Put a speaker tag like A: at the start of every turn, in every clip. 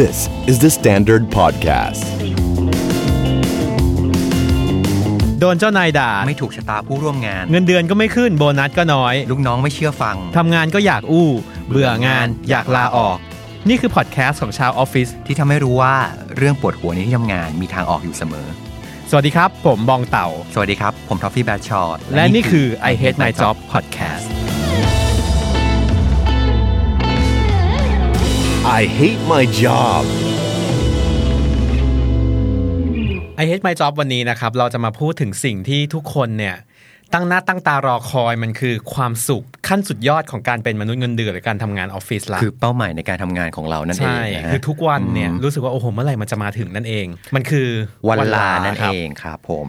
A: This is the Standard Podcast.
B: โดนเจ้านายด่า
C: ไม่ถูกชะตาผู้ร่วมงาน
B: เงินเดือนก็ไม่ขึ้นโบนัสก็น้อย
C: ลูกน้องไม่เชื่อฟัง
B: ทำงานก็อยากอู้ เบื่องาน อยากลาออก นี่คือพอดแคสต์ของชาวออฟฟิศ
C: ที่ทำให้รู้ว่าเรื่องปวดหัวในที่ทำงานมีทางออกอยู่เสมอ
B: สวัสดีครับ ผมบองเต่า
C: สวัสดีครับ ผมทอฟฟี่แบชชอร์
B: และนี่คือ I Hate My Job Podcast
A: I hate my job.
B: I Hate My Job วันนี้นะครับ เราจะมาพูดถึงสิ่งที่ทุกคนเนี่ย ตั้งหน้าตั้งตารอคอยมันคือความสุขขั้นสุดยอดของการเป็นมนุษย์เงินเดือนหรือการทำงานออฟฟิศละ
C: คือเป้าหมายในการทำงานของเรานั่นเอง
B: ใช่
C: นะฮะ
B: คือทุกวันเนี่ยรู้สึกว่าโอ้โหเมื่อไหร่มันจะมาถึงนั่นเอง มันคือ
C: วันลานั่น
B: ครับ
C: เองครับผม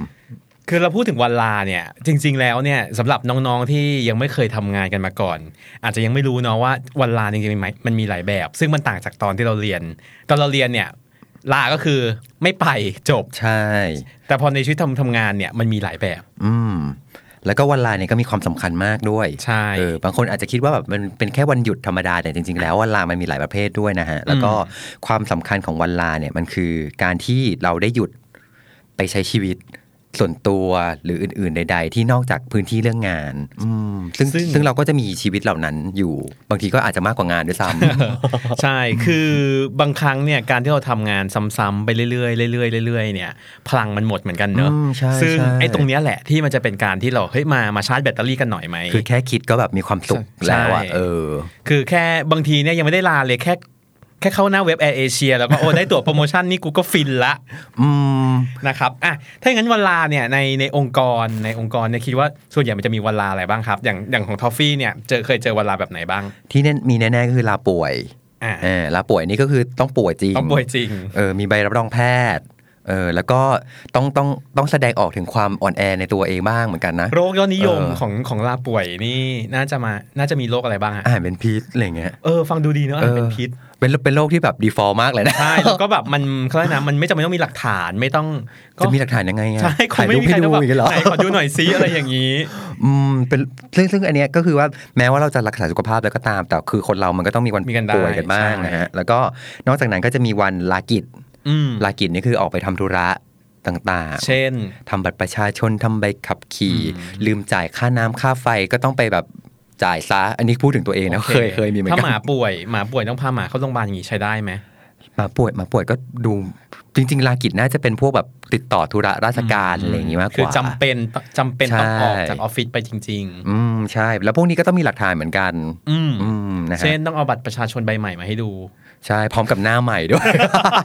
B: คือเราพูดถึงวันลาเนี่ยจริง ๆ แล้วเนี่ยสำหรับน้องๆที่ยังไม่เคยทำงานกันมาก่อน อาจจะยังไม่รู้เนาะว่าวันลาจริงๆมันมันมีหลายแบบ ซึ่งมันต่างจากตอนที่เราเรียน ตอนเราเรียนเนี่ยลาก็คือไม่ไปจบ
C: ใช่
B: แต่พอในชีวิตทำทำงานเนี่ยมันมีหลายแบบ
C: อืม แล้วก็วันลาเนี่ยก็มีความสำคัญมากด้วย
B: ใช่
C: เออบางคนอาจจะคิดว่าแบบมันเป็นแค่วันหยุดธรรมดาแต่จริง ๆ แล้ววันลามันมีหลายประเภทด้วยนะฮะ แล้วก็ความสำคัญของวันลาเนี่ยมันคือการที่เราได้หยุดไปใช้ชีวิตส่วนตัวหรืออื่น ๆ ใด ๆ ที่นอกจากพื้นที่เรื่องงานอืมซึ่ง
B: ซึ่ง
C: ซึ่งเราก็จะมีชีวิตเหล่านั้นอยู่ บางทีก็อาจจะมากกว่างานด้วยซ้ำ
B: ใช่ คือบางครั้งเนี่ยการที่เราทำงานซ้ำๆไปเรื่อยๆเรื่อยๆเรื่อยๆเนี่ยพลังมันหมดเหมือนกันเนอะ
C: อืมใช่
B: ซึ่ง
C: ใช่
B: ไอ้ตรงเนี้ยแหละที่มันจะเป็นการที่เราเฮ้ยมามาชาร์จแบตเตอรี่กันหน่อยไหม
C: คือแค่คิดก็แบบมีความสุขแล้วอะ
B: ใช่
C: เออ
B: คือแค่บางทีเนี่ยยังไม่ได้ลาเลยแค่แค่เข้าหน้าเว็บแอร์เอเชียแล้วก็ โอ้ได้ตั๋วโปรโมชั่นนี่กูก็ฟินละ
C: อืม
B: นะครับอ่ะถ้าอย่างนั้นวันลาเนี่ยในในองค์กรในองค์กรเนี่ยคิดว่าส่วนใหญ่มันจะมีวันลาอะไรบ้างครับ อย่างอย่างของทอฟฟี่เนี่ยเจอเคยเจอวันลาแบบไหนบ้าง
C: ที่แน่มีแน่ๆก็คือลาป่วย
B: อ่า
C: เออลาป่วยนี่ก็คือต้องป่วยจริง
B: ต้องป่วยจริง
C: เออมีใบรับรองแพทย์ เออแล้วก็ต้องต้องต้องแสดงออกถึงความอ่อนแอในตัวเองบ้างเหมือนกันนะ
B: โรคยอดนิยม
C: เออ
B: ของของลาป่วยนี่น่าจะมาน่าจะมีโรคอะไรบ้างอะ
C: อาหารเป็นพิษอะไรเงี้ย
B: เออฟังดูดีเนอะอาจจะเป็นพิษ
C: เป็นเป็นโรคที่แบบดีฟอลมากเลยนะ
B: ใช่แล้วก็แบบมันเขาเรียกนะมันไม่จำเป็นต้องมีหลักฐานไม่ต้อง
C: จะมีหลักฐานยังไงอะ
B: ใช่คง
C: ถ่าย
B: ไม่
C: รูป
B: มี
C: ให้
B: ใครต้
C: ดู
B: องแบบ
C: อีกเหรอ
B: ไหนขอดูหน่อยซิอะไรอย่างนี้
C: อืมเป็นซึ่งซึ่งอันเนี้ยก็คือว่าแม้ว่าเราจะรักษาสุขภาพแล้วก็ตาม แต่คือคนเรามันก็ต้องมีวัน
B: มีกันได้
C: ป่วยกันบ้าง
B: ใช่
C: นะฮะแล้วก็นอกจากนั้นก็จะมีวันลากิจ
B: อืม
C: ลากิจนี่คือออกไปทำธุระต่างๆ
B: เช่น
C: ทำบัตรประชาชนทำใบขับขี่ ลืมจ่ายค่าน้ำค่าไฟก็ต้องไปแบบจ่ายซะ อันนี้พูดถึงตัวเองนะ
B: โอ
C: เคยเคยมีเหมือนกั
B: ถ้าหมา
C: ห
B: ป่วยหมาป่วยต้องพาหมาเข้าโรงพยาบาลอย่างนี้ใช้ได้ไหม
C: มาป่วยหมาป่วยก็ดูจริง ๆ ลากิจน่าจะเป็นพวกแบบติดต่อธุระราชการอะไรอย่างนี้มากกว่า
B: คือจำเป็นจำเป็นต้อง
C: ใช่
B: ออกจากออฟฟิศไปจริง
C: อืมใช่ แล้วพวกนี้ก็ต้องมีหลักฐานเหมือนกัน
B: ๆ อืม
C: อืมนะฮะ
B: เช่นต้องเอาบัตรประชาชนใบใหม่มาให้ดู
C: ใช่พร้อมกับหน้าใหม่ด้วย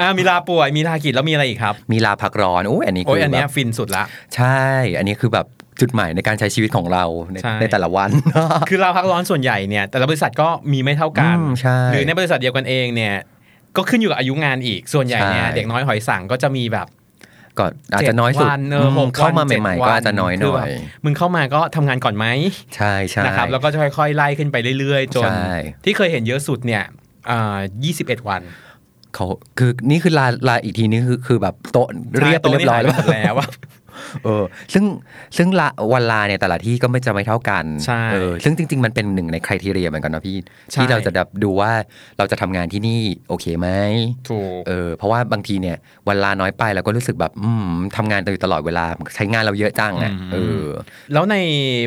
B: อ่ามีลาป่วยมีลากิจแล้วมีอะไรอีกครับ
C: มีลาพักร้อนโอ้ยอันนี้
B: โอ้ย
C: คืออ
B: อัน
C: แบ
B: เนี้ย
C: บ
B: ฟินสุดละ
C: ใช่ อันนี้คือแบบจุดหมายในการใช้ชีวิตของเราใน
B: ใช่
C: ในแต่ละวัน
B: คือลาพักร้อนส่วนใหญ่เนี่ย แต่ละบริษัทก็มีไม่เท่ากัน
C: อืมใช่
B: หรือในบริษัทเดียวกันเองเนี่ย ก็ขึ้นอยู่กับอายุงานอีกส่วนใหญ่เนี่ย
C: ใช่
B: เด็กน้อยหอยสังก็จะมีแบบ
C: ก็อาจจะน้อยสุด
B: เจ็วัเออ
C: ม
B: หกวัน
C: เข้ามา
B: จ็ด
C: ใหม่ ๆ ก็อาจจะน้อยห
B: คื
C: น่อ
B: แบบ
C: ย
B: มึงเข้ามาก็ทำงานก่อนไหม
C: ใช่ใช่
B: นะครับแล้วก็จะค่อยๆ ไล่ขึ้นไปเรื่อยๆ จน
C: ใช่
B: ที่เคยเห็นเยอะสุดเนี่ยอ่า21 วัน
C: เขาคือนี่คือลาลาอีกทีนี่คือคือแบบโต๊ะเรียบไปเรียบร้อย
B: แล้
C: แล้ว
B: วแล้ว อะ
C: เออซึ่งซึ่งละวันลาเนี่ยแต่ละที่ก็ไม่จะไม่เท่ากัน
B: ใช่
C: เออซึ่งจริง ๆ มันเป็นหนึ่งในคุณทีเรียเหมือนกันเนาะพี่
B: ใช่
C: ที่เราจะแบบดูว่าเราจะทำงานที่นี่โอเคไหม
B: ถูก
C: เออเพราะว่าบางทีเนี่ยวันลาน้อยไปเราก็รู้สึกแบบอืมทำงานอยู่ตลอดเวลาใช้งานเราเยอะจังอ่ะเออ
B: แล้วใน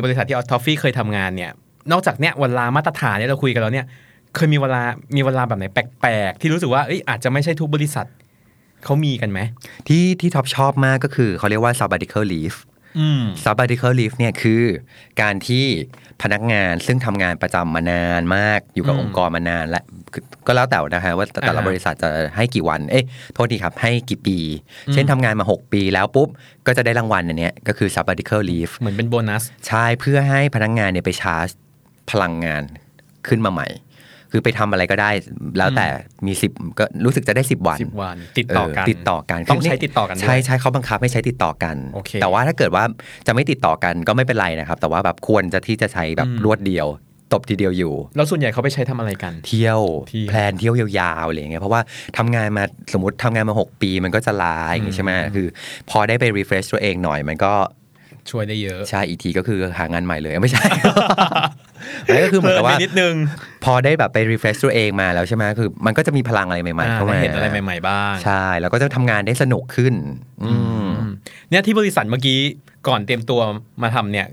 B: บริษัทที่ออทอฟฟี่เคยทำงานเนี่ย นอกจากเนี่ยเวลามาตรฐานเนี่ยเราคุยกันแล้วเนี่ย เคยมีเวลามีเวลาแบบไหนแปลกๆ ที่รู้สึกว่าเอ้ยอาจจะไม่ใช่ทุกบริษัทเขามีกันไหม
C: ที่ที่ท็อปชอบมากก็คือเขาเรียกว่า sabbatical leave
B: อืม
C: sabbatical leave เนี่ยคือการที่พนักงานซึ่งทำงานประจำมานานมากอยู่กับ
B: อืม
C: องค์กรมานานและคือก็แล้วแต่นะฮะว่าแต่แต่ละ
B: อ่าฮะ
C: บริษัทจะให้กี่วัน เอ๊ะโทษทีครับให้กี่ปี เช่น
B: อืม
C: ทำงานมา 6 ปีแล้วปุ๊บ ก็จะได้รางวัลอันเนี้ยก็คือ sabbatical leave
B: เหมือนเป็นโบนัส
C: ใช่เพื่อให้พนักงานเนี่ยไปชาร์จพลังงานขึ้นมาใหม่ คือไปทำอะไรก็ได้แล้วแต่มี10ก็รู้สึกจะได้10วัน
B: 10 วัน ติดต่อกัน
C: เติดต่อกัน
B: ต้องใช้ติดต่อกันด้วย
C: ใช่ใช่เขาบังคับให้ใช้ติดต่อกัน
B: โอเค
C: แต่ว่าถ้าเกิดว่าจะไม่ติดต่อกันก็ไม่เป็นไรนะครับ แต่ว่าแบบควรจะที่จะใช้แบบ
B: อืม
C: รวดเดียว ตบทีเดียวอยู่
B: แล้วส่วนใหญ่เขาไปใช้ทำอะไรกัน
C: เที่ยว
B: เที่ยว
C: แพลนเที่ยวยาวๆอะไรอย่างเงี้ยเพราะว่าทำงานมาสมมติทำงานมา 6 ปีมันก็จะลาอย่างงี้ใช่ไหม
B: อืม
C: คือ พอได้ไปรีเฟรชตัวเองหน่อยมันก็
B: ช่วยได้เยอะ
C: ใช่อีกทีก็คือหางานใหม่เลยไม่ใช่ มันก็คือเหมือนกับว่า
B: พิ่ไปนิดนึง
C: พอได้แบบไป refresh ตัวเองมาแล้วใช่ไหมคือ มันก็จะมีพลังอะไรใหม่ๆ
B: อ่า
C: เข้า
B: ได้
C: มา
B: เห็นอะไรใหม่ ๆ บ้าง
C: ใช่ แล้วก็จะทำงานได้สนุกขึ้น อืม
B: อืมเนี่ยที่บริษัทเมื่อกี้ก่อนเตรียมตัวมาทำเนี่ย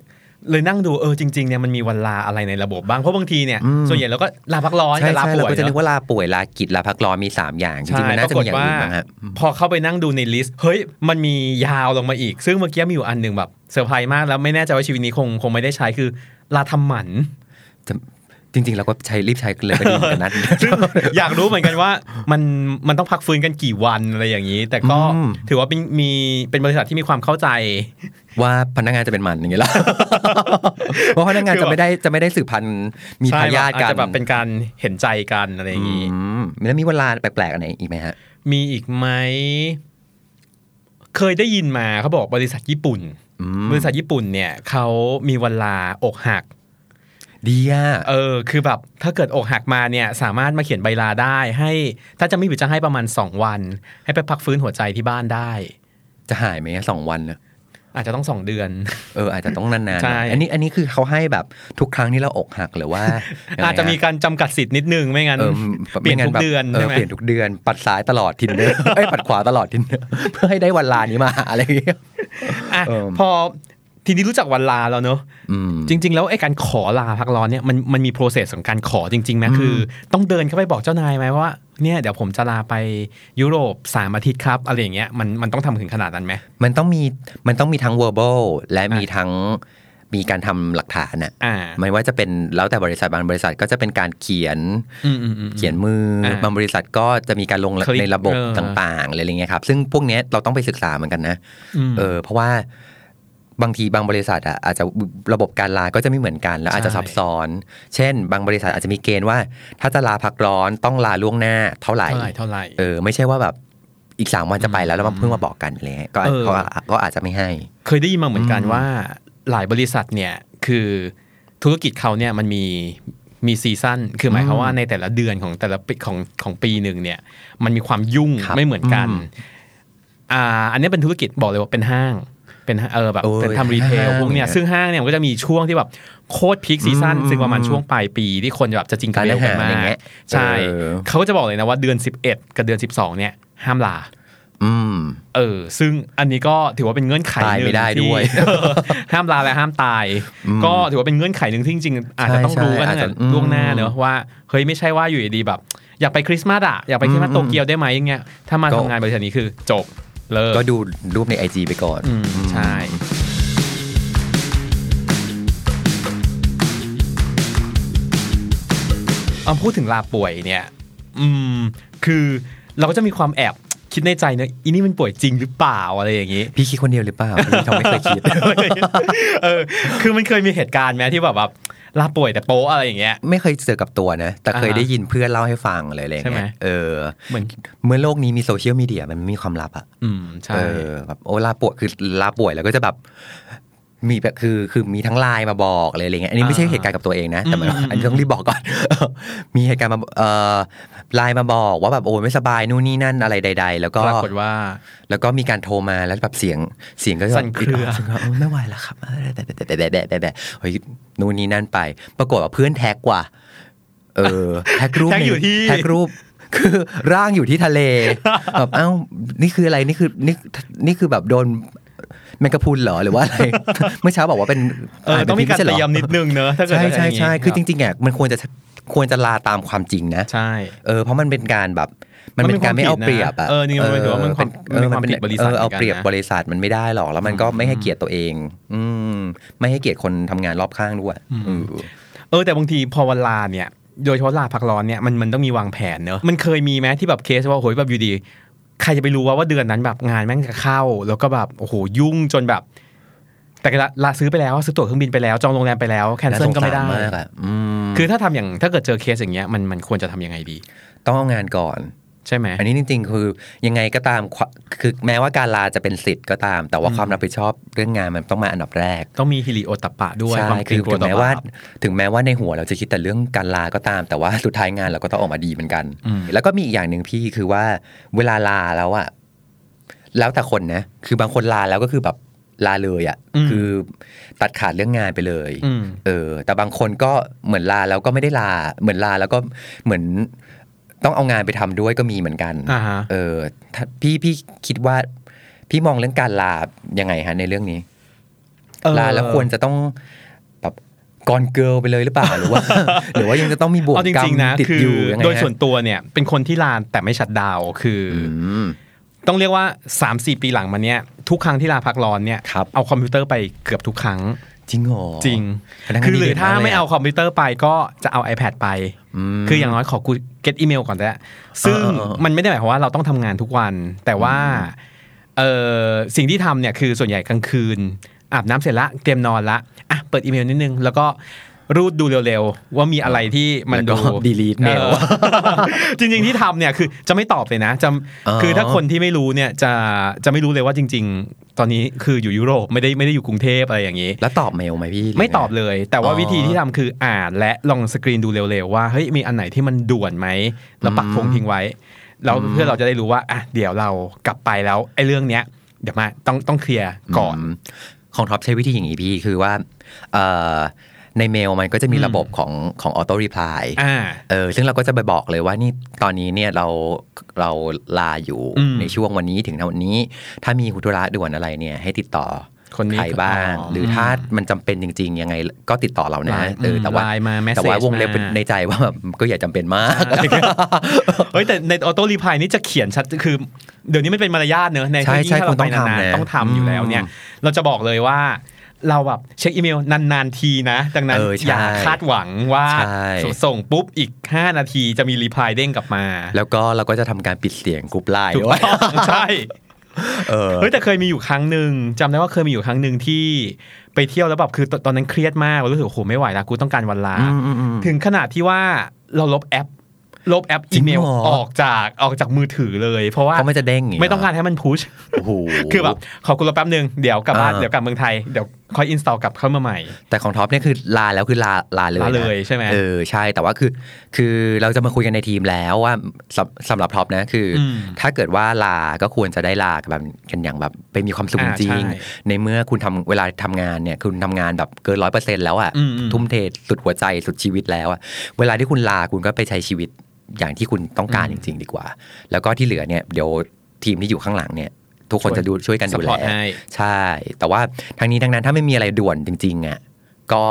B: เลยนั่งดูเออจริงๆเนี่ยมันมีวันลาอะไรในระบบบ้างเพราะบางทีเนี่ย
C: อืม
B: ส่วนใหญ่เราก็ลาพักร้อน
C: ใช่
B: กับลา
C: ใช่
B: ป่
C: เรา
B: วย
C: ก็จะนึก
B: เนอะ
C: ว่าลาป่วยลากิจลาพักร้อนมี 3 อย่าง จริงๆมันน่าจะมีอย่างอื่นบ้างฮะ
B: พอเข้าไปนั่งดูในลิสต์เฮ้ยมันมียาวลงมาอีก ซึ่งเมื่อกี้มีอยู่อันหนึ่งแบบเซอร์ไพรส์มากแล้วไม่แน่ใจว่าชีวิตนี้คงคงไม่ได้ใช้คือลาทำหมัน
C: จริง ๆ เราก็ใช้รีบใช้เลยก็ดีเหมือนกันนะ
B: ซึ่งอยากรู้เหมือนกันว่ามันมันต้องพักฟื้นกันกี่วันอะไรอย่างนี้ แต่ก็
C: อืม
B: ถือว่าเป็นมีเป็นบริษัทที่มีความเข้าใจ
C: ว่าพนักงานจะเป็นหมันอย่างเงี้ยเหรอ เพราะพนักงานจะไม่ได้จะไม่ได้สืบพันธุ์มี
B: ใช่
C: ทายาท
B: อาจ
C: กัน
B: จะแบบเป็นการเห็นใจกันอะไรอย่างนี้
C: อืมแล้วมีเวลาแปลกๆอะไรอีกไหมฮะ
B: มีอีกไหม เคยได้ยินมาเขาบอกบริษัทญี่ปุ่น
C: อืม
B: บริษัทญี่ปุ่นเนี่ยเขามีเวลาอกหัก
C: ดีอ่ะ
B: เออ คือแบบถ้าเกิดอกหักมาเนี่ย สามารถมาเขียนใบลาได้ ให้ ถ้าจะไม่ผิดจะให้ประมาณ 2 วัน ให้ไปพักฟื้นหัวใจที่บ้านได้
C: จะหายไหมอะสองวันอะ
B: อาจจะต้อง 2 เดือน
C: เอออาจจะต้องนานๆหน่อย
B: ใช่
C: อันนี้อันนี้คือเขาให้แบบทุกครั้งที่เราอกหัก หรือว่ายังไงฮ
B: อาจจะมีการจำกัดสิทธิ์นิดนึงไม่งั้น
C: เออ
B: เปลี่ยน
C: ไม่งั้
B: ทุก
C: แบบ
B: เดือนใช่ไหม
C: เปลี่ยนทุกเดือนปัดซ้ายตลอดทิน เนอร์ ไอ้ยปัดขวาตลอดทินเนอร์ เพื่อให้ได้วันลานี้มา อะไรอย่างเงี้ย
B: อ่ะ
C: เออ
B: พอทีนี้รู้จักวันลาแล้วเนอะ
C: อืม
B: จริง ๆ แล้วไอ้การขอลาพักร้อนเนี่ยมันมันมีโปรเซสของการขอจริงๆนะคือ ต้องเดินเข้าไปบอกเจ้านายไหมว่าเนี่ยเดี๋ยวผมจะลาไปยุโรปสามอาทิตย์ครับอะไรอย่างเงี้ยมันมันต้องทำถึงขนาดนั้นไหม
C: มันต้องมีมันต้องมีทั้ง verbal และมี
B: อ่ะ
C: ทั้งมีการทำหลักฐานอ่ะ
B: อ่า
C: ไม่ว่าจะเป็นแล้วแต่บริษัทบางบริษัทก็จะเป็นการเขียน
B: อืมอืมอืม
C: เขียนมืออาบางบริษัทก็จะมีการลง
B: คลิก
C: ในระบบ
B: เออ
C: ต่างๆอะไรอย่างเงี้ยครับ ซึ่งพวกเนี้ยเราต้องไปศึกษาเหมือนกันนะ
B: ม
C: เออเพราะว่าบางทีบางบริษัทอ่ะอาจจะระบบการลาก็จะไม่เหมือนกัน แล้วอาจจะ
B: ใช่
C: ซับซ้อน เช่น บางบริษัทอาจจะมีเกณฑ์ว่า ถ้าจะลาพักร้อนต้องลาล่วงหน้าเท่าไหร่
B: เท่าไหร่เท่าไหร่
C: เออไม่ใช่ว่าแบบอีกสามวันจะไปแล้วแล้วมาเพิ่งมาบอกกันอะไรเงี้ยก็อาจ
B: เออ
C: เขาก็อาจจะไม่ให้
B: เคยได้ยินมาเหมือนกัน
C: อืม
B: ว่าหลายบริษัทเนี่ยคือธุรกิจเขาเนี่ยมันมีมีซีซั่นคือหมายความว่าในแต่ละเดือนของแต่ละปีของของปีหนึ่งเนี่ยมันมีความยุ่ง
C: ครับ
B: ไม่เหมือนกันอ่าอันนี้เป็นธุรกิจบอกเลยว่าเป็นห้าง เป็นห้างเออแบบ
C: โอ้ย
B: เป็นทำรีเทล
C: ห้าง
B: พวกเนี่ย
C: เนี่ย
B: ซึ่งห้างเนี่ยมันก็จะมีช่วงที่แบบโคตรพีคซีซั่น
C: อืม
B: ซึ่งประมาณช่วงปลายปีที่คนแบบจะจริงจัง
C: ร้านอา
B: กั
C: หาน ร
B: มา
C: อย่างเงี้
B: ก
C: ย
B: ใช่
C: เออ
B: เขาก็จะบอกเลยนะว่าเดือน 11 กับเดือน 12 เนี่ยห้ามลา
C: อืม
B: เออ ซึ่งอันนี้ก็ถือว่าเป็นเงื่อนไข
C: ตาย
B: หนึ่ง
C: ไม่ได้
B: ที่
C: ด้วย
B: ห้ามลาและห้ามตาย ก็ถือว่าเป็นเงื่อนไขหนึ่งที่จริงๆอาจจะต้องรู้กัน
C: ใช่
B: ตั้ง
C: ใช่
B: แต่
C: อาจจะอืม
B: ล่วงหน้าเนอะว่าเฮ้ยไม่ใช่ว่าอยู่ดีๆแบบ อยากไปคริสต์มาสอะอยากไปคริสต์มาส
C: อืม
B: โตเกียวได้ไหมอย่างเงี้ยถ้ามา
C: ก็
B: ทำงานบริษัทนี้คือจบเลิก
C: ก็ดูรูปในไอจไปก่อน
B: อืมใช่เอาพูดถึงลาป่วยเนี่ย อืม คือเราก็จะมีความแอบคิดในใจเนอะอีนี่มันป่วยจริงหรือเปล่าอะไรอย่างนี้
C: พี่คิดคนเดียวหรือเปล่าอันนี้เขาไม่เคยคิด
B: เออ คือมันเคยมีเหตุการณ์ไหมที่แบบแบบลาป่วยแต่โป๊ะอะไรอย่างเงี้ย
C: ไม่เคยเจอกับตัวนะ แต่เคย
B: อ่าฮะ
C: ได้ยินเพื่อนเล่าให้ฟังเลยอะไร
B: ใช่ไหม
C: เงี้ยเออ
B: เหมือน
C: เมื่อโลกนี้มีโซเชียลมีเดียมันไม่มีความลับอะ
B: อืม ใช่
C: เออแบบโอ้ลาป่วยคือลาป่วยแล้วก็จะแบบมีแบบคือคือมีทั้งไลน์มาบอกเลยอะไรเงี้ยอันนี้ไม่ใช่
B: อ่า
C: เหตุการณ์กับตัวเองนะแต่หมายว่า
B: อืมอืม
C: อันนี้ต้องรีบบอกก่อน มีเหตุการณ์มาเอ่อไลน์มาบอกว่าแบบโอ้ยไม่สบายนู่นนี่นั่นอะไรใด ๆ แล้วก็
B: ปรากฏว่า
C: แล้วก็มีการโทรมาแล้วแบบเสียงเสียงก็จะ
B: สั่นเครือ
C: ฉันก็เออไม่ไหวแล้วครับแต่แต่แต่แต่แต่แต่แต่เฮ้ยนู่นนี่นั่นไป ปรากฏว่าเพื่อนแท็กว่ะเออแท็กรูป
B: แท็กอยู่
C: ใน
B: ที่
C: แท็กรูป คือร่างอยู่ที่ทะเล แบบเอ้านี่คืออะไรนี่คือนี่นี่คือแบบโดนแมงกะพรุนเหรอหรือว่า อะไร เมื่อเช้าบอกว่าเป็น
B: เออ ต้องมีการ
C: ไใช่ห
B: เตรียมนิดนึงเนอะถ้าเกิด
C: ใช่
B: อะไรอ
C: ใช่
B: ย่างงี้
C: ใช่คือจริงๆอ่ะมันควรจะควรจะลาตามความจริงนะ
B: ใช่
C: เออเพราะมันเป็นการแบบ มันเป็นการไม่เอาเปรียบอ่ะ
B: เออจริงๆมันเป็นถือว่ามันความ
C: เออ
B: มันเป็นความผิดบริษัท
C: เออเอา
B: เหมือนกันนะ
C: เปรียบบริษัทมันไม่ได้หรอกแล้วมันก็ไม่ให้เกียรติตัวเอง อืมไม่ให้เกียรติคนทำงานรอบข้างด้วยอืม
B: เออแต่บางทีพอเวลาเนี่ย โดยเฉพาะลาพักร้อนเนี่ยมันมันต้องมีวางแผนเนอะมันเคยมีไหมที่แบบเคสว่าโอ้โหแบบอยู่ดี ใครจะไปรู้ว่าว่าเดือนนั้นแบบงานแม่งจะเข้า แล้วก็แบบโอ้โหยุ่งจนแบบ แต่ละลาซื้อไปแล้วซื้อตั๋วเครื่องบินไปแล้วจองโรงแรมไปแล้วแคนเซิลก็ไม่ได้
C: น่าสงสารมากอะอืม
B: คือถ้าทำอย่างถ้าเกิดเจอเคสอย่างเงี้ยมันมันควรจะทำยังไงดี
C: ต้องเอางานก่อน
B: ใช่ไหม
C: อันนี้จริงๆ คือยังไงก็ตามควคือแม้ว่าการลาจะเป็นสิทธิ์ก็ตาม แต่ว่า
B: อืม
C: ความรับผิดชอบเรื่องงานมันต้องมาอันดับแรก
B: ต้องมีฮิริโอตปปะด้วย
C: ใช่
B: ความเกร
C: คื
B: ง
C: อก
B: ลัว
C: ถึง
B: ต่อ
C: แม้ว่า
B: บาป
C: ถึงแม้ว่าในหัวเราจะคิดแต่เรื่องการลาก็ตาม แต่ว่าสุดท้ายงานเราก็ต้องออกมาดีเหมือนกัน
B: อืม
C: แล้วก็มีอีกอย่างหนึ่งพี่คือว่าเวลาลาแล้วอะแล้วแต่คนนะคือบางคนลาแล้วก็คือแบบ ลาเลยอะ่ะ
B: อืม
C: คือตัดขาดเรื่องงานไปเลย
B: อืม
C: เออ แต่บางคนก็เหมือนลาแล้วก็ไม่ได้ลา เหมือนลาแล้วก็เหมือนต้องเอางานไปทำด้วยก็มีเหมือนกัน
B: อ่าฮะ
C: เออถ้าพี่พี่คิดว่า พี่มองเรื่องการลายังไงฮะในเรื่องนี้
B: เออ
C: ลาแล้วควรจะต้องแบบกอนเกิลไปเลยหรือเปล่า หรือว่า หรือว่ายังจะต้องมีบวก
B: เอาจ
C: กรร
B: ริ
C: ม
B: งๆนะ
C: ติด
B: คือ
C: อ
B: อยู่
C: ยังไง
B: โดย
C: ฮะ
B: ส่วนตัวเนี่ยเป็นคนที่ลาแต่ไม่ชัดดาวน์คือ
C: อื
B: อ
C: ม
B: ต้องเรียกว่า 3 4 ปีหลังมาเนี้ยทุกครั้งที่ลาพักร้อนเนี่ย
C: ครับ
B: เอาคอมพิวเตอร์ไปเกือบทุกครั้ง
C: จริงเหรอ
B: จริง
C: พนักงน
B: คือห
C: ดี
B: รือถ้า
C: เด่นกลยะ
B: ไม่เอาคอมพิวเตอร์ไปก็จะเอา iPad ไป
C: ม
B: คืออย่างน้อยขอกูเก็ตอีเมลก่อนแล้วซึ่ง
C: เออเออเออ
B: มันไม่ได้หมายความว่าเราต้องทำงานทุกวัน แต่ว่าเออสิ่งที่ทำเนี่ยคือส่วนใหญ่กลางคืน อาบน้ำเสร็จละเตรียมนอนละอ่ะเปิดอีเมลนิดนึง แล้วก็รูดดูเร็วๆ ว่ามีอะไรที่มัน
C: แล้ว
B: ดู
C: ก็ delete mail
B: ออ จริงๆที่ทำเนี่ยคือจะไม่ตอบเลยนะจะ
C: อ๋อ
B: คือถ้าคนที่ไม่รู้เนี่ยจะจะไม่รู้เลยว่าจริง ๆ ตอนนี้คืออยู่ยุโรปไม่ได้ไม่ได้อยู่กรุงเทพอะไรอย่างนี้
C: แล้วตอบเมลไหมพี่หรื
B: ไม่ตอบ
C: ง
B: เลย แต่ว่า
C: อ๋อ
B: วิธีที่ทำคืออ่านและลองสกรีนดูเร็วๆ ว่าเฮ้ยมีอันไหนที่มันด่วนไหมแล้วปักธงทิ้งไว้แล้วเพื่อเราจะได้รู้ว่าอ่ะเดี๋ยวเรากลับไปแล้วไอ้เรื่องเนี้ยเดี๋ยวมาต้องต้องเคลียร์ก่อน
C: มของท็อปใช้วิธีอย่างนี้พี่คือว่าเอ่อในเมลมันก็จะมี
B: อืม
C: ระบบของของออโต้รีプライ
B: อ่า
C: เออซึ่งเราก็จะไปบอกเลยว่านี่ตอนนี้เนี่ยเราเราลาอยู่
B: อืม
C: ในช่วงวันนี้ถึงวันนี้ ถ้ามีธุระด่วนอะไรเนี่ยให้ติดต่อ
B: คนนี้
C: ใครบ้าง
B: อ๋อ
C: หรือถ้ามันจำเป็นจริง ๆ ยังไงก็ติดต่อเรานะ
B: ไลน์
C: เออแต่ว่า
B: ไลน์มา message
C: แต่ว่าวงเล็บ
B: มา
C: ในใจว่าแบบก็อย่าจำเป็น มากอะไรเงี้ย
B: เฮ้ยแต่ในออโต้รีพายนี่จะเขียนชัดคือ เดี๋ยวนี้มันเป็นมารยาทเนอะใน
C: ใช่
B: ที่
C: ใช่
B: ถ้าเราไป
C: คุณต้อง
B: นาน
C: ทำนะ
B: ๆต้องทำอยู่แล้วเนี่ย เราจะบอกเลยว่า เราแบบเช็คอีเมลนาน ๆ ทีนะ ดังนั้น
C: เออใช่
B: อย่าคาดหวังว่า
C: ใช่
B: ส่งปุ๊บอีก 5 นาทีจะมีรีพายเด้งกลับมา
C: แล้วก็เราก็จะทำการปิดเสียงกรุ๊ปไลน์
B: ถูก
C: ด้วย
B: ต้องใช่
C: เออ
B: เฮ้ยแต่เคยมีอยู่ครั้งหนึ่งจำได้ว่าเคยมีอยู่ครั้งหนึ่งที่ไปเที่ยวแล้วแบบคือตตอนนั้นเครียดมากรู้สึกโอ้โหไม่ไหวละกูต้องการวันลา
C: อืมอืมอืม
B: ถึงขนาดที่ว่าเราลบแอป ลบแอป
C: จ
B: อี
C: ริง
B: เมล
C: เหรอ
B: ออกจากออกจากมือถือเลย เพราะว่า
C: เพราะมันจะเด้งย่าเย
B: ไม่ต้องการให้มันพุช
C: โอ้โห
B: คือแบบขอกูรอแป๊บหนึ่งเดี๋ยวกลับบ้าน
C: อ่า
B: เดี๋ยวกลับเมืองไทยเดี๋ยวคอยอินสตอลกลับเข้ามาใหม่
C: แต่ของท็อปเนี่ยคือลาแล้วคือลาลาเลย
B: ลา
C: นะ
B: เลยใช่ไหม
C: เออใช่แต่ว่าคือคือเราจะมาคุยกันในทีมแล้วว่าสำสำหรับท็อปนะคืออ
B: ม
C: ถ้าเกิดว่าลาก็ควรจะได้ลากันแบบกันอย่างแบบไปมีความสุขจ
B: อ่า
C: ริง
B: ใช่
C: ๆในเมื่อคุณทำเวลาทำงานเนี่ยคุณทำงานแบบเกินร้อยเปอร์เซ็นต์แล้วอ่ะ
B: อืมอืม
C: ทุ่มเทสุดหัวใจสุดชีวิตแล้วอ่ะเวลาที่คุณลาคุณก็ไปใช้ชีวิตอย่างที่คุณต้องการจริง ๆ ดีกว่า แล้วก็ที่เหลือเนี่ยเดี๋ยวทีมที่อยู่ข้างหลังเนี่ย ทุกคนจะดูช่วยกันดูแล
B: support ให้
C: ใช่ แต่ว่าทั้งนี้ทั้งนั้นถ้าไม่มีอะไรด่วนจริงๆอ่ะก็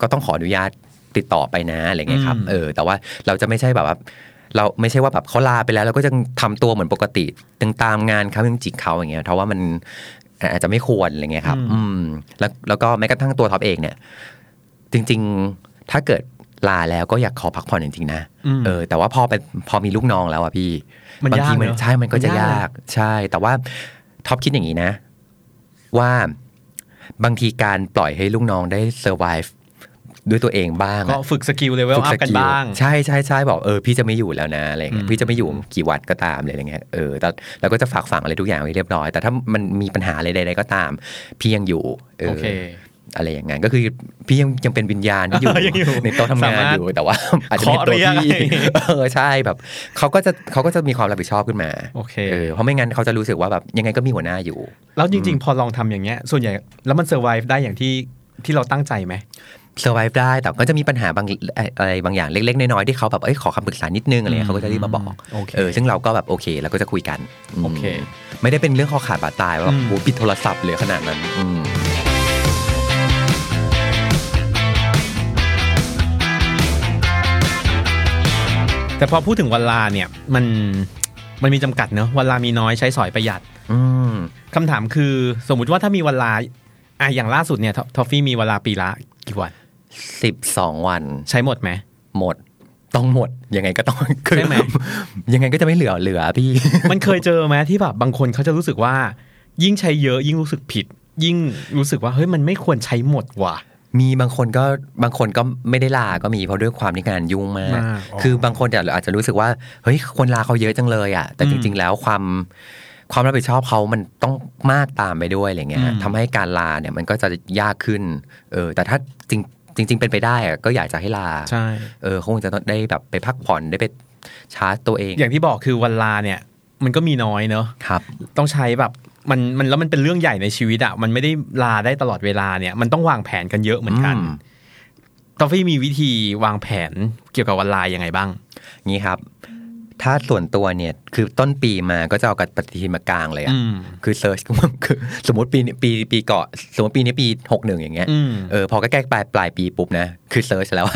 C: ก็ต้องขออนุญาตติดต่อไปนะอะไรเงี้ยครับ
B: อืม
C: เออแต่ว่าเราจะไม่ใช่แบบว่าเราไม่ใช่ว่าแบบเขาลาไปแล้วเราก็จะทำตัวเหมือนปกติตึงตามงานเขายังจิกเขาอย่างเงี้ยเพราะว่ามันอ่ะอาจจะไม่ควรอะไรเงี้ยครับ อืมแล้วแล้วก็แม้กระทั่งตัวท็อปเองเนี่ย จริง ๆ ถ้าเกิดลาแล้วก็อยากขอพักผ่อนจริงๆนะ
B: อืม
C: เออ แต่ว่าพอเป็นพอมีลูกน้องแล้วอะพี่
B: มัน
C: บางที
B: ยาก
C: มัน
B: เนอะ
C: ใช่มันก็จะ
B: มันยาก
C: ยาก ใช่ แต่ว่าท็อปคิดอย่างนี้นะ ว่าบางทีการปล่อยให้ลูกน้องได้ survive ด้วยตัวเองบ้าง
B: ก็
C: อะ
B: ฝึกสกิลเลเวลอัพกันบ้าง
C: ใช่ใช่ใช่บอกเออพี่จะไม่อยู่แล้วนะอะไรเงี้
B: อื
C: ย
B: ม
C: พี่จะไม่อยู่กี่วันก็ตามเลยอะไรเงี้ยเออแต่เราก็จะฝากฝังอะไรทุกอย่างไว้เรียบร้อย แต่ถ้ามันมีปัญหาอะไรใดๆก็ตาม พี่ยังอยู่เอ
B: โอ
C: อ
B: เค
C: อะไรอย่างงั้นก็คือพี่ยังยังเป็นวิญญาณที่อยู่
B: ยังอยู่
C: ในโต๊ะ
B: สาง
C: ทำาน
B: มารถ
C: อยู่แต่ว่า อาจจะไม่เห็นตัว
B: เคาะเรียก
C: พี่ เออใช่แบบเขาก็จะเขาก็จะมีความรับผิดชอบขึ้นมา
B: โอเค
C: อเพราะไม่งั้นเขาจะรู้สึกว่าแบบยังไงก็มีหัวหน้าอยู่
B: แล้วจริง ๆ พอลองทำอย่างเงี้ย ส่วนใหญ่แล้วมันเซอร์ไวได้อย่างที่ที่เราตั้งใจไหม
C: survive ได้แต่ก็จะมีปัญหาบางเอ่ออะไรบางอย่างเล็กๆน้อยๆที่เขาแบบเอ้ยขอคำปรึกษานิดนึงอะไรเงี้ยเขาก็จะรีบมาบอก
B: โอเค
C: เออซึ่งเราก็แบบโอเคเราก็จะคุยกันม
B: โอเค
C: ไม่ได้เป็นเรื่องคอขาดบาดตายว่าแบ
B: อื
C: บ
B: ม
C: โหปิดโทรศัพท์เลยขนาดนั้นอืม
B: แต่พอพูดถึงวันลาเนี่ยมันมันมีจำกัดเนอะวันลามีน้อยใช้สอยประหยัด
C: อืม
B: คำถามคือสมมุติว่าถ้ามีเวลาอ่ะอย่างล่าสุดเนี่ยททอฟฟี่มีเวลาปีละกี่วัน
C: สิบสองวัน
B: ใช้หมดไหม
C: หมดต้องหมด ยังไงก็ต้อง คือ
B: ใช่ไหม
C: ยังไงก็จะไม่เหลือเหลือพี่
B: มันเคยเจอไหมที่แบบบางคนเขาจะรู้สึกว่า ยิ่งใช้เยอะยิ่งรู้สึกผิด ยิ่งรู้สึกว่าเฮ้ยมันไม่ควรใช้หมดว่ะ
C: มีบางคนก็บางคนก็ไม่ได้ลาก็มีเพราะด้วยความที่งานยุ่งมาก
B: มากอ๋อ
C: คือบางคนอาจจะรู้สึกว่าเฮ้ยคนลาเขาเยอะจังเลยอ่ะแต่
B: อืม
C: จริง ๆ แล้วความความรับผิดชอบเขามันต้องมากตามไปด้วยอะไรเงี้ย
B: อืม
C: ทำให้การลาเนี่ยมันก็จะยากขึ้น เออ แต่ถ้าจริงจริง ๆ เป็นไปได้อะก็อยากจะให้ลา
B: ใช่
C: เออคงจะต้องได้แบบไปพักผ่อนได้ไปชาร์จตัวเอง
B: อย่างที่บอกคือวันลาเนี่ย มันก็มีน้อยเนอะ
C: ครับ
B: ต้องใช้แบบ มันมันแล้วมันเป็นเรื่องใหญ่ในชีวิตอะมันไม่ได้ลาได้ตลอดเวลาเนี่ย มันต้องวางแผนกันเยอะเหมือนกัน
C: อืม
B: ตอฟฟี่มีวิธีวางแผนเกี่ยวกับวันลายังไงบ้าง
C: งี้ครับ ถ้าส่วนตัวเนี่ยคือต้นปีมาก็จะเอากับปฏิทินมากลางเลยอะ
B: อืม
C: คือเซิร์ชก็มันคือ สมมติปีนี้ปีปีเกาะสมมติปีนี้ปีหกหนึ่งอย่างเงี้ย
B: อืม
C: เออพอใกล้ๆปลายปลายปีปุ๊บนะคือเซิร์ชแล้ว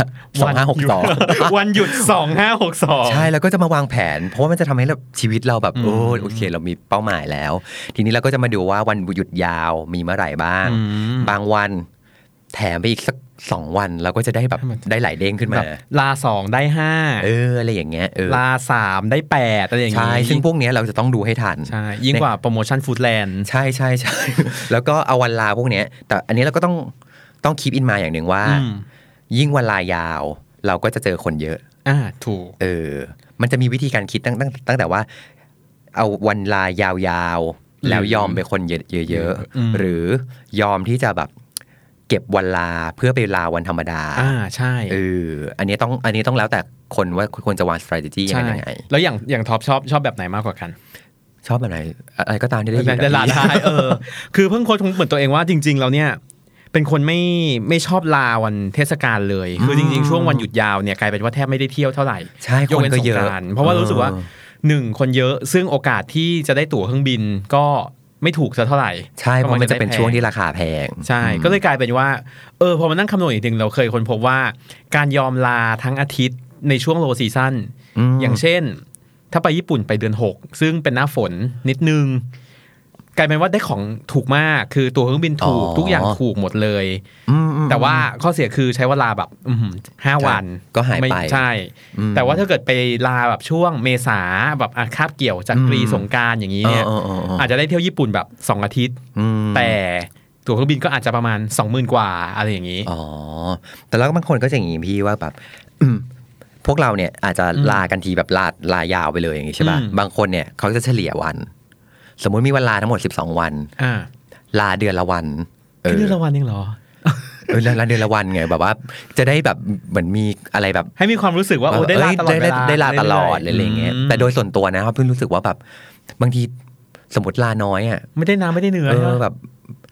C: สองห้าหกสอง
B: วันหยุดสองห้าหกสอง
C: ใช่แล้วก็จะมาวางแผน เพราะว่ามันจะทำให้เราชีวิตเราแบบ
B: อืม
C: โอ้โอเค เรามีเป้าหมายแล้ว ทีนี้เราก็จะมาดูว่าวันหยุดยาวมีเมื่อไหร่บ้าง
B: อืม
C: บางวันแถมไปอีกสักสองวันเราก็จะได้แบบได้หลายเด้งขึ้น
B: แบ
C: มา
B: บลาสองได้ห้า
C: เอออะไรอย่างเงี้ยเออ
B: ลาสามได้แปดอะไรอย่าง
C: ใช่
B: งี้
C: ซึ่งพวกเนี้ยเราจะต้องดูให้ทัน
B: ใช่ยิ่งกว่าโปรโมชั่นฟู้ดแลนด์
C: ใช่ใช่ใช่ แล้วก็เอาวันลาพวกเนี้ย แต่อันนี้เราก็ต้องต้องคีปอินมาอย่างหนึ่งว่า
B: อืม
C: ยิ่งวันลายาว เราก็จะเจอคนเยอะ
B: อ่าถูก
C: เออ มันจะมีวิธีการคิดตั้งตั้งตั้งแต่ว่า เอาวันลายาวๆ แล้วยอมไปนคนเยอะเยอะๆ
B: อืม
C: หรือยอมที่จะแบบเก็บวันลาเพื่อไปลาวันธรรมดา
B: อ่าใช่
C: เอออันนี้ต้องอันนี้ต้องแล้วแต่คนว่าควรจะวาง s t r a t e g y ยัง
B: ใช่
C: ไงยังไง
B: แล้วอย่างอย่างท็อปชอบชอบแบบไหนมากกว่ากัน
C: ชอบแบบไหนอะอะไรก็ตามที่ได้อยู่
B: เดลา
C: แบบนี้
B: ทายเออ คือเพิ่งค้นพบเหมือนตัวเองว่าจริง ๆ แล้วเนี่ย เป็นคนไม่ไม่ชอบลาวันเทศกาลเลย คือจริง ๆ ช่วงวันหยุดยาวเนี่ยกลายเป็นว่าแทบไม่ได้เที่ยวเท่าไหร่
C: ใช่คน
B: ยกเว้น
C: ก็
B: สง
C: เยอะ
B: กรานต์เพราะว่ารู้สึกว่า
C: เออ
B: หนึ่งคนเยอะซึ่งโอกาสที่จะได้ตั๋วเครื่องบินก็ไม่ถูกซะเท่าไหร่
C: ใช่เพราะมันจะเป็นช่วงที่
B: รา
C: ราคาแพง
B: ใช่ ก็เลยกลายเป็นว่าเออพอมานั่งคำนวณอีกทีเราเคยค้นพบว่า การยอมลาทั้งอาทิตย์ในช่วงโลซีซั่น
C: อืม
B: อย่างเช่น ถ้าไปญี่ปุ่นไปเดือน 6 ซึ่งเป็นหน้าฝนนิดนึง กลายเป็นว่าได้ของถูกมาก คือตัวเครื่องบินถูก
C: อ๋อ
B: ทุกอย่างถูกหมดเลย
C: อืมอืม
B: แต่ว่าข้อเสียคือใช้เวลาแบบอื้อหือห้า
C: ครับ
B: วัน
C: ก็หายไป
B: ม่ใช่
C: อืม
B: แต่ว่าถ้าเกิดไปลาแบบช่วงเมษาแบบอาคาบเกี่ยวจากกรี
C: อืม
B: สงกรารอย่างนี้เนี่ย
C: อ๋ออ๋ออ๋ออ
B: อาจจะได้เที่ยวญี่ปุ่นแบบ 2 อาทิตย์
C: อืม
B: แต่ตั๋วเครื่องบินก็อาจจะประมาณ 20,000 กว่าอะไรอย่างนี้
C: อ๋อ แต่แล้วบางคนก็จะอย่างนี้พี่ว่าแบบ อืมพวกเราเนี่ยอาจจะลากันทีแบบลาลายาวไปเลยอย่างนี้ใช่ป่ะ
B: อืม
C: บางคนเนี่ยเขาจะเฉลี่ยวัน สมมุติมีวันลาทั้งหมด 12 วัน
B: อ่า
C: ลาเดือนละวันเอ
B: แค่
C: อ
B: เดือนละวันเองเหรอ
C: เออลาเดือนละวันไงแบบว่า จะได้แบบเหมือนมีอะไรแบบ
B: ให้มีความรู้สึกว่าโอ้ได้ลาตลอดเวลา
C: ไได้ลาตลอดอะไรอย่างเงี้ยแต่โดยส่วนตัวนะครับเพิ่งรู้สึกว่าแบบบางทีสมมติลาน้อยอ่ะ
B: ไม่ได้น้ำไม่ได้เนื้อ
C: เอ
B: ใช่
C: อ
B: ปะ
C: แบบ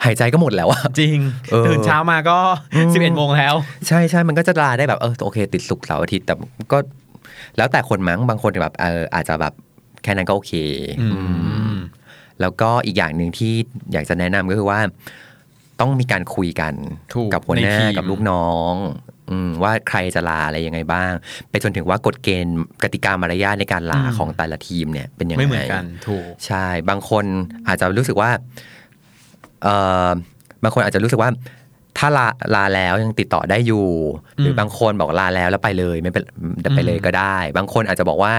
C: หายใจก็หมดแล้วอะ
B: จริง
C: เออ
B: ตื่นเช้ามาก็
C: อืม
B: 11โมงแล้ว
C: ใช่ใช่มันก็จะลาได้แบบเออโอเคติดสุกร์เสาร์อาทิตย์แต่ก็ แล้วแต่คนมั้งบางคนแบบเอออาจจะแบบแค่นั้นก็โอเคอืมแล้วก็อีกอย่างหนึ่งที่อยากจะแนะนำก็คือว่า ต้องมีการคุยกัน
B: ถูก
C: กับหัวหน้า
B: ในทีม
C: กับลูกน้อง อืมว่าใครจะลาอะไรยังไงบ้าง ไปจนถึงว่ากฎเกณฑ์กติกามารยาทในการลาของแต่ละทีมเนี่ยเป็นยังไง
B: ไม่เหมือนกันถูก
C: ใช่ บางคนอาจจะรู้สึกว่าเออบางคนอาจจะรู้สึกว่า ถ้าลาลาแล้วยังติดต่อได้อยู่ หรือ
B: ม
C: บางคนบอกลาแล้วแล้วไปเลยไม่เป็นเดี๋ยวไปเลยก็ได้ บางคนอาจจะบอกว่า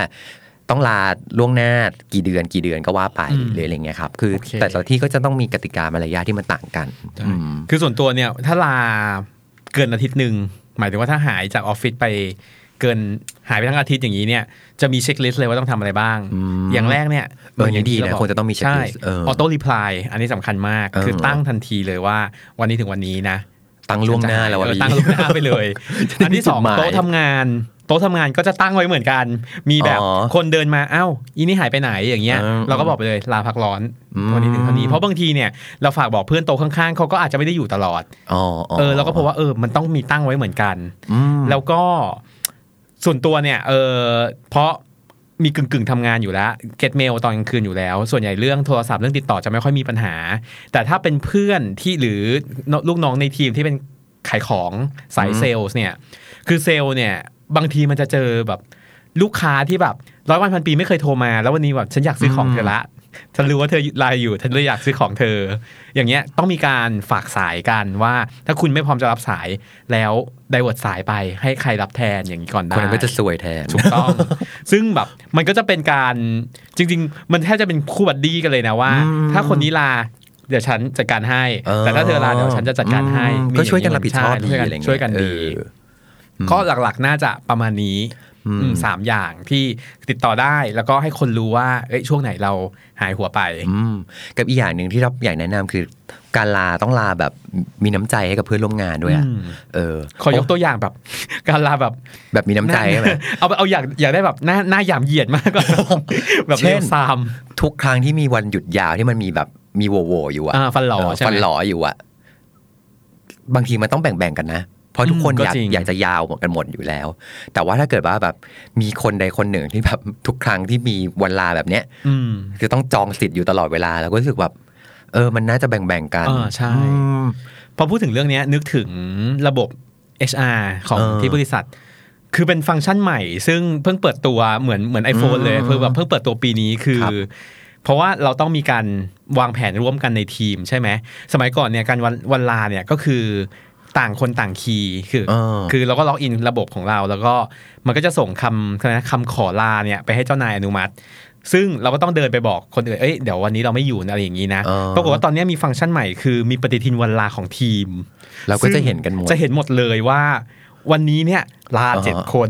C: ต้องลาล่วงหน้ากี่เดือนกี่เดือนก็ว่าไป
B: อืม
C: หรืออะไรเงี้ยครับ คือ
B: โอเค
C: แต่ละที่ก็จะต้องมีกติกามารยาทที่มันต่างกันอืม
B: คือส่วนตัวเนี่ยถ้าลาเกินอาทิตย์หนึ่งหมายถึงว่าถ้าหายจากออฟฟิศไปเกินหายไปทั้งอาทิตย์อย่างนี้เนี่ยจะมีเช็คลิสต์เลยว่าต้องทำอะไรบ้าง อย่างแรกเนี่ย
C: เออยังดีนะ
B: หมืที่ราบก
C: ควรจะต้องมี checklist
B: ใช่
C: เออ
B: ออโต้รีプライอันนี้สำคัญมาก
C: เออ
B: คือตั้งทันทีเลยว่าวันนี้ถึงวันนี้นะ
C: ตั้งล่วงหน้าแล้วอะ
B: เออ
C: พี่
B: ตั้งล่วงหน้าไปเลย อันที่สอง
C: จะได้มีจุดหมาย
B: โต๊ะทำงาน โต๊ะทำงานก็จะตั้งไว้เหมือนกัน มีแบบ
C: อ๋อ
B: คนเดินมาอ้าวอีนี่หายไปไหนอย่างเงี้ย
C: เออ
B: เราก็บอกไปเลยลาพักร้อน
C: อืม
B: วันนี้ถึงเท่านี้เพราะบางทีเนี่ยเราฝากบอกเพื่อนโต๊ะข้างๆเขาก็อาจจะไม่ได้อยู่ตลอด
C: อ๋อ
B: เออเราก็พบว่าเออมันต้องมีตั้งไว้เหมือนกัน
C: อืม
B: แล้วก็ส่วนตัวเนี่ยเออเพราะมีกึ่งกึ่งๆทำงานอยู่แล้วเก็ตเมลตอนกลางคืนอยู่แล้ว ส่วนใหญ่เรื่องโทรศัพท์เรื่องติดต่อจะไม่ค่อยมีปัญหา แต่ถ้าเป็นเพื่อนที่หรือลูกน้องในทีมที่เป็นขายของสายเซลส์เนี่ย คือเซลล์เนี่ยบางทีมันจะเจอแบบลูกค้าที่แบบร้อยวันพันปีไม่เคยโทรมา แล้ววันนี้แบบฉันอยากซื้อของเธอละฉันรู้ว่าเธอไลน์อยู่ฉันเลยอยากซื้อของเธอ อย่างเงี้ยต้องมีการฝากสายกันว่า ถ้าคุณไม่พร้อมจะรับสายแล้วไดเวิร์ดสายไปให้ใครรับแทนอย่างนี้ก่อนได้
C: คนนั้นก็จะสวยแทน
B: ถูกต้อง ซึ่งแบบมันก็จะเป็นการจริง ๆ มันแทบจะเป็นคู่บัดดี้กันเลยนะว่า
C: อืม
B: ถ้าคนนี้ลาเดี๋ยวฉันจัดการให้
C: อ
B: แต่ถ้าเธอลาเดี๋ยวฉันจะจัดการให้
C: อืม
B: มี
C: ก็ช่วยกันรับผิดชอบดี
B: ใช่
C: อะไรเงี้ย
B: ช่วยกันดี
C: เออ
B: ข้อหลักๆ น่าจะประมาณนี้
C: อืม
B: อืมสามอย่างที่ติดต่อได้แล้วก็ให้คนรู้ว่าเอ้ยช่วงไหนเราหายหัวไป
C: อืมกับอีกอย่างหนึ่งที่เราอยากแนะนำคือ การลาต้องลาแบบมีน้ำใจให้กับเพื่อนร่วมงานด้วยอะ
B: อืม
C: เออ
B: ขอยกตัวอย่างแบบ การลาแบบ
C: แบบมีน้ำใจใช่ไหม
B: เอาเอาอยาก อยากได้แบบหน้าหน้าหยามเหยียดมากกว่า แบบ
C: เช่
B: เช่
C: น
B: นซาม
C: ทุกครั้งที่มีวันหยุดยาวที่มันมีแบบ มีโหวโหวอยู่อะ
B: อ่าฟันหล่อ
C: เ
B: ใช่ไหม
C: ฟันหล่ออยู่อะบางทีมันต้องแบ่งๆกันนะเพราะทุกคน
B: อืมก็
C: อยาก
B: จริง
C: อยากจะยาวเหมือนกันหมดอยู่แล้ว แต่ว่าถ้าเกิดว่าแบบมีคนใดคนหนึ่งที่แบบทุกครั้งที่มีวันลาแบบเนี้ย
B: อืม
C: คือต้องจองสิทธิ์อยู่ตลอดเวลา แล้วก็รู้สึกแบบเออมันน่าจะแบ่งๆกัน
B: อ่าใช่
C: อืม
B: พอพูดถึงเรื่องเนี้ยนึกถึงระบบ HR ของ
C: เออ
B: ที่บริษัท คือเป็นฟังก์ชันใหม่ ซึ่งเพิ่งเปิดตัวเหมือนเหมือน iPhone
C: อืม
B: เลยเพิ่งแบบเพิ่งเปิดตัวปีนี้คือ
C: ครับ
B: เพราะว่าเราต้องมีการวางแผนร่วมกันในทีมใช่ไหม สมัยก่อนเนี่ยการวันวันลาเนี่ยก็คือต่างคนต่างคีย์คือ
C: เออ
B: คือเราก็ล็อกอินระบบของเรา แล้วก็มันก็จะส่งคำอะไรนะคำขอลาเนี่ยไปให้เจ้านายอนุมัติ ซึ่งเราก็ต้องเดินไปบอกคนอื่นเอ้ยเดี๋ยววันนี้เราไม่อยู่นะอะไรอย่างนี้นะ
C: เออ
B: ปรากฏว่าตอนเนี้ยมีฟังก์ชันใหม่คือมีปฏิทินวันลาของทีม
C: เราก็จะเห็นกันหมด
B: จะเห็นหมดเลยว่าวันนี้เนี่ยลา
C: อ่าฮะ
B: เจ็ดคน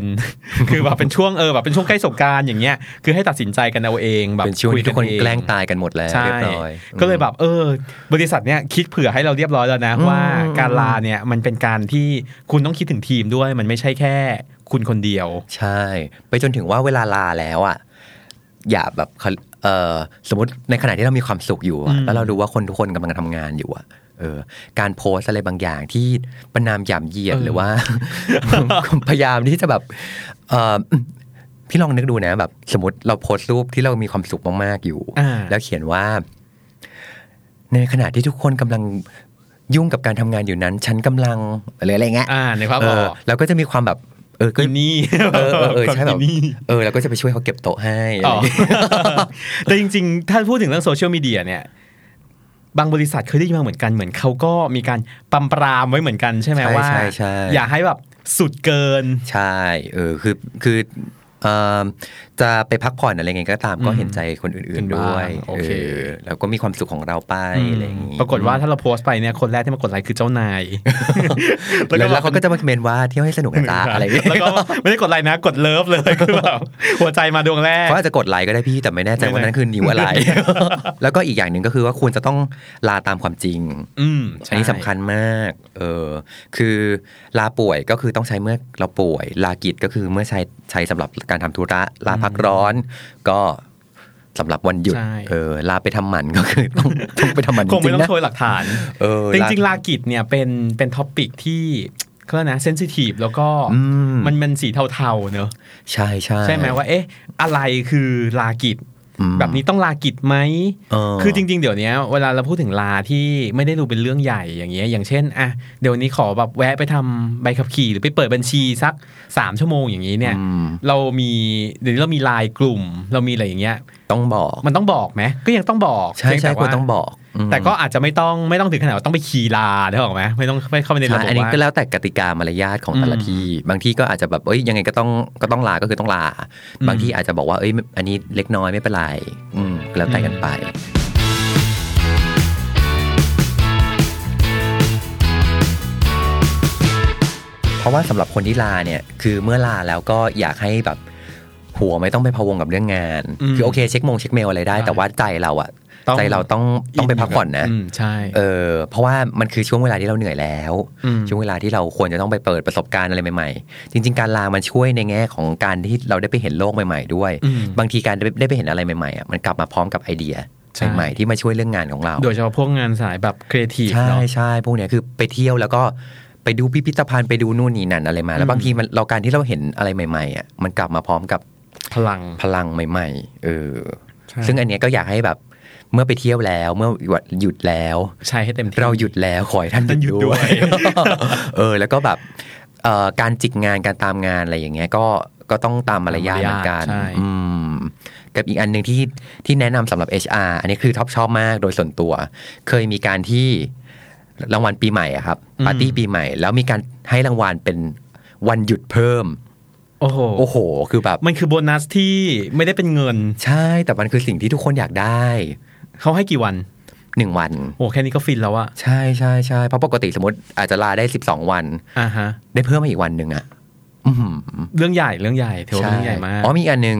B: คือแบบเป็นช่วงเออแบบเป็นช่วงใกล้สงกรารอย่างเงี้ยคือให้ตัดสินใจกันเอาเองแบบ
C: เป็นช่วงที่ทุกคน
B: ยเอง
C: แกล้งตายกันหมดแล้ว
B: ใช่
C: เรียบร้อย
B: ก็เลยแบบเออ บริษัทเนี่ยคิดเผื่อให้เราเรียบร้อยแล้วนะ
C: อืม
B: ว่าการลาเนี่ยมันเป็นการที่คุณต้องคิดถึงทีมด้วย มันไม่ใช่แค่คุณคนเดียว
C: ใช่ ไปจนถึงว่าเวลาลาแล้วอ่ะอย่าแบบเขาเออสมมติในขณะที่เรามีความสุขอยู่อะ
B: อืม
C: แล้วเราดูว่าคนทุกคนกำลังทำงานอยู่อ่ะเออ การโพสต์อะไรบางอย่างที่ประนามหยามเหยียดหรือว่า พยายามที่จะแบบเออพี่ลองนึกดูนะแบบ สมมติเราโพสต์รูปที่เรามีความสุขมากๆอยู่
B: อ่า
C: แล้วเขียนว่า ในขณะที่ทุกคนกำลังยุ่งกับการทำงานอยู่นั้น ฉันกำลังหรืออะไรเงี้ย
B: อ่าในความ
C: เอ
B: อ
C: อ
B: อก
C: แล้วก็จะมีความแบบ เออก็
B: กินนี่
C: เออเออเออใช่แบบ
B: กินนี่
C: เออแล้วก็จะไปช่วยเขาเก็บโต๊ะให้อะไรอย่างเงี้ย
B: แต่จริงๆ ถ้าพูดถึงเรื่องโซเชียลมีเดียเนี่ย บางบริษัทเคยได้ยินมาเหมือนกันเหมือนเขาก็มีการปรำปรามไว้เหมือนกันใช่ไหม
C: ใช่
B: ว่า
C: ใช่ใช่
B: อย่าให้แบบสุดเกิน
C: ใช่เออคือคือเอ่อจะไปพักผ่อนอะไรเงี้ยก็ตามก็
B: อืม
C: เห็นใจคนอื่นๆด้วย
B: เห็นบ้างโอเค
C: อแล้วก็มีความสุขของเราไปอะไรอย่างงี้
B: ปรากฏว่าถ้าเราโพสต์ไปเนี่ยคนแรกที่มากดไลค์คือเจ้านาย
C: แล้วแล้วเขาก็จะมาคอมเมนต์ว่าเที่ยวให้สนุกนะจ๊ะอะไรอย่างเงี้ย
B: แล้วก็ ไม่ได้กดไลค์นะ กดเลิฟเลย คือแบบหัวใจมาดวงแรก
C: เขาอาจจะกดไลค์ก็ได้พี่แต่ไม่แน่ใจว่านั้นคือนิ้ว อะไร แล้วก็อีกอย่างหนึ่งก็คือว่าคุณจะต้องลาตามความจริง
B: อืม
C: อันนี้สำคัญมาก เออ คือลาป่วยก็คือต้องใช้เมื่อเราป่วย ลากิจก็คือเมื่อใช้ใช้สำหรับการทำธุระ ลาพักร้อน ก็สำหรับวันหยุด
B: ใช่
C: เออ ลาไปทำหมันก็คือต้องต้องไปทำหมันจ
B: คง
C: ริ
B: ไม่
C: ง
B: ต้อ
C: ๆ
B: ง
C: นะ
B: โชยหลักฐาน
C: เออ
B: แต่จริงๆลากิจเนี่ยเป็นเป็นท็อปิกที่เขาเรียก็นะเซนซิทีฟแล้วก็
C: อืม
B: มันมันสีเทาๆเนอะ
C: ใช่ใช่
B: ใช่ไหมว่าเอ๊ะ อะไรคือลากิจ
C: อืม
B: แบบนี้ต้องลากิจไหม
C: เออ
B: คือจริง ๆ เดี๋ยวเนี้ยเวลาเราพูดถึงลาที่ไม่ได้ดูเป็นเรื่องใหญ่อย่างเงี้ยอย่างเช่นอ่ะเดี๋ยวนี้ขอแบบแวะไปทำใบขับขี่หรือไปเปิดบัญชีสัก 3 ชั่วโมงอย่างนี้เนี่ย
C: อืม
B: เรามีเดี๋ยวนี้เรามีไลน์กลุ่ม เรามีอะไรอย่างเงี้ย
C: ต้องบอก
B: มันต้องบอกไหมก็ยังต้องบอก
C: ใช่
B: เพียง
C: ใช่
B: แต่
C: ควร
B: ว่า
C: ต้องบอกอืม
B: แต่ก็อาจจะไม่ต้องไม่ต้องถึงขนาดว่าต้องไปคีย์ลาได้หรอกไหมไม่ต้องไม่เข้าไปในระ
C: ใช่
B: บบ
C: อันนี้ก็
B: ว่า
C: แล้วแต่กติกามารยาทของแต่ละ
B: อืม
C: ที่ บางที่ก็อาจจะแบบเอ้ยยังไงก็ต้องก็ต้องลาก็คือต้องลา
B: อืม
C: บางที่อาจจะบอกว่าเอ้ยอันนี้เล็กน้อยไม่เป็นไรอืมก็แล้วแต่กันไป เพราะว่าสำหรับคนที่ลาเนี่ยคือเมื่อลาแล้วก็อยากให้แบบหัวไม่ต้องไปพะวงกับเรื่องงาน
B: อืม
C: คือโอเคเช็คมงเช็คเมลอะไรได้
B: ได้
C: แต่ว่าใจเราอะ
B: ต้อง
C: ใจเราต้องต้องไปพักผ่อนนะ
B: มใช่
C: เออเพราะว่ามันคือช่วงเวลาที่เราเหนื่อยแล้ว
B: อืม
C: ช่วงเวลาที่เราควรจะต้องไปเปิดประสบการณ์อะไรใหม่ๆ จริง ๆ การลามันช่วยในแง่ของการที่เราได้ไปเห็นโลกใหม่ๆ ด้วย
B: ม
C: บางทีการได้ไปเห็นอะไรใหม่ๆอ่ะมันกลับมาพร้อมกับไอเดีย
B: ใช่
C: ใหม่ๆที่มาช่วยเรื่องงานของเรา
B: โดยเฉพาะพวกงานสายแบบครีเอทีฟ
C: ใช่
B: เนาะ
C: ใช่พวกเนี้ยคือไปเที่ยวแล้วก็ไปดูพิพิธภัณฑ์ไปดูนู่นนี่นั่นอะไรมา แล้
B: อื
C: ว
B: ม
C: บางทีมันเราการที่เราเห็นอะไรใหม่ๆอ่ะมันกลับมาพร้อมกับ
B: พลัง
C: พลังใหม่ ๆ เออ
B: ใช่
C: ซึ่งอันเนี้ยก็อยากให้แบบเมื่อไปเที่ยวแล้วเมื่อหยุดแล้ว
B: ใช้ให้เต็มที่
C: เราหยุดแล้วขอให้ท่านหยุดด้วย
B: ท่านหยุดด้วย
C: เออ แล้วก็แบบเอ่อการจิกงานการตามงานอะไรอย่างเงี้ยก็ก็ต้องตามมารยาทเหมือนกัน
B: ใช่
C: อืมกับอีกอันหนึ่งที่ที่แนะนำสำหรับ HR อันนี้คือท็อปชอบมากโดยส่วนตัว เคยมีการที่รางวัลปีใหม่อะครับปาร์ตี้ปีใหม่ แล้วมีการให้รางวัลเป็นวันหยุดเพิ่ม
B: โอ้โห
C: โอ้โห คือแบบ
B: มันคือโบนัสที่ไม่ได้เป็นเงิน
C: ใช่แต่มันคือสิ่งที่ทุกคนอยากได้
B: เขาให้กี่วัน
C: หนึ่งวัน
B: โอ้แค่นี้ก็ฟินแล้วอะ
C: ใช่ใช่ใช่เพราะปกติสมมติอาจจะลาได้สิบสองวัน
B: อ่าฮะ
C: ได้เพิ่มมาอีกวันหนึ่งอ่ะอื้อหือ
B: เรื่องใหญ่เรื่องใหญ่ถือว่าเป็นเรื่องใหญ่มาก
C: อ๋อมีอีกอันหนึ่ง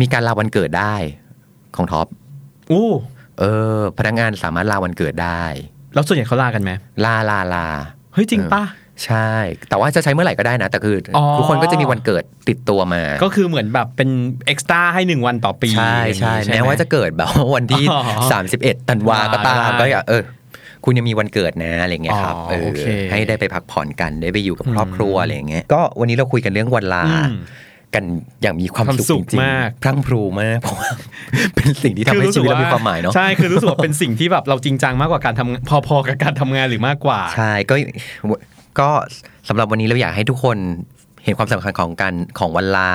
C: มีการลาวันเกิดได้ของท็อป
B: อู้
C: เออ พนักงานสามารถลาวันเกิดได้
B: แล้วส่วนใหญ่เขาลากันไหม
C: ลาลาลา
B: เฮ้ยจริง
C: เออ
B: ปะ
C: ใช่ แต่ว่าจะใช้เมื่อไหร่ก็ได้นะ แต่คืออ
B: อ
C: ทุกคนก็จะมีวันเกิดติดตัวมา
B: ก็คือเหมือนแบบเป็นเอ็กซ์ตร้าให้หนึ่งวันต่อปี
C: ใช่
B: อย่างนี้ไห
C: ใช่แม้ว่าจะเกิดแบบว่าวันที่
B: อ๋อ
C: 31ธันวาก็ตาม
B: ได้
C: ก็อย่าเออ คุณยังมีวันเกิดนะอะไรเงี้ยครับ
B: อ๋อ
C: เออ
B: โอเค
C: ให้ได้ไปพักผ่อนกันได้ไปอยู่กับครอบ
B: อืม
C: ครัวอะไรเงี้ยก็วันนี้เราคุยกันเรื่องวันลา
B: อืม
C: กันอย่างมีความ
B: ความสุ
C: สุ
B: ข
C: ขจริง
B: มาก
C: ๆพรั่งพรูมากเพราะว่า เป็นสิ่งที่ทำให้ชีวิตเรามีความหมายเนาะ
B: ใช่คือรู้สึกว่าเป็นสิ่งที่แบบเราจริงจังมากกว่าการทำพอๆกับการทำงานหรือมากกว่า
C: ใช่ก็ก็สำหรับวันนี้เราอยากให้ทุกคนเห็นความสำคัญของการของเวลา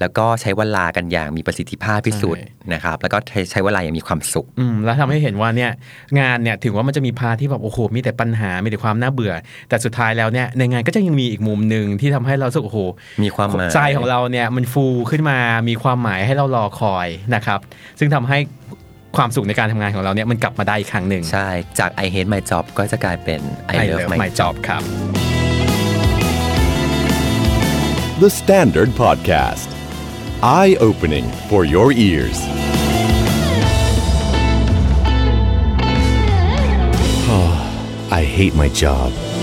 C: แล้วก็ใช้เวลากันอย่างมีประสิทธิภาพที่สุด
B: ใช่
C: นะครับ แล้วก็ใช้ใช้เวลาอย่างมีความสุข
B: อืมแล้วทำให้เห็นว่าเนี่ยงานเนี่ยถึงว่ามันจะมีพาร์ทที่แบบโอ้โหมีแต่ปัญหา มีแต่ความน่าเบื่อ แต่สุดท้ายแล้วเนี่ยในงานก็จะยังมีอีกมุมหนึ่งที่ทำให้เรารู้สึกโอ้โห
C: มีความหมาย
B: ใจของเราเนี่ยมันฟูขึ้นมามีความหมายให้เรารอคอยนะครับ ซึ่งทำให้ความสุขในการทำงานของเราเนี่ยมันกลับมาได้อีกครั้งหนึ่ง
C: ใช่จาก I hate my job ก็จะกลายเป็น I
B: I
C: love
B: love
C: my
B: my job ครับ
A: The Standard Podcast. Eye opening for your ears. I hate my job.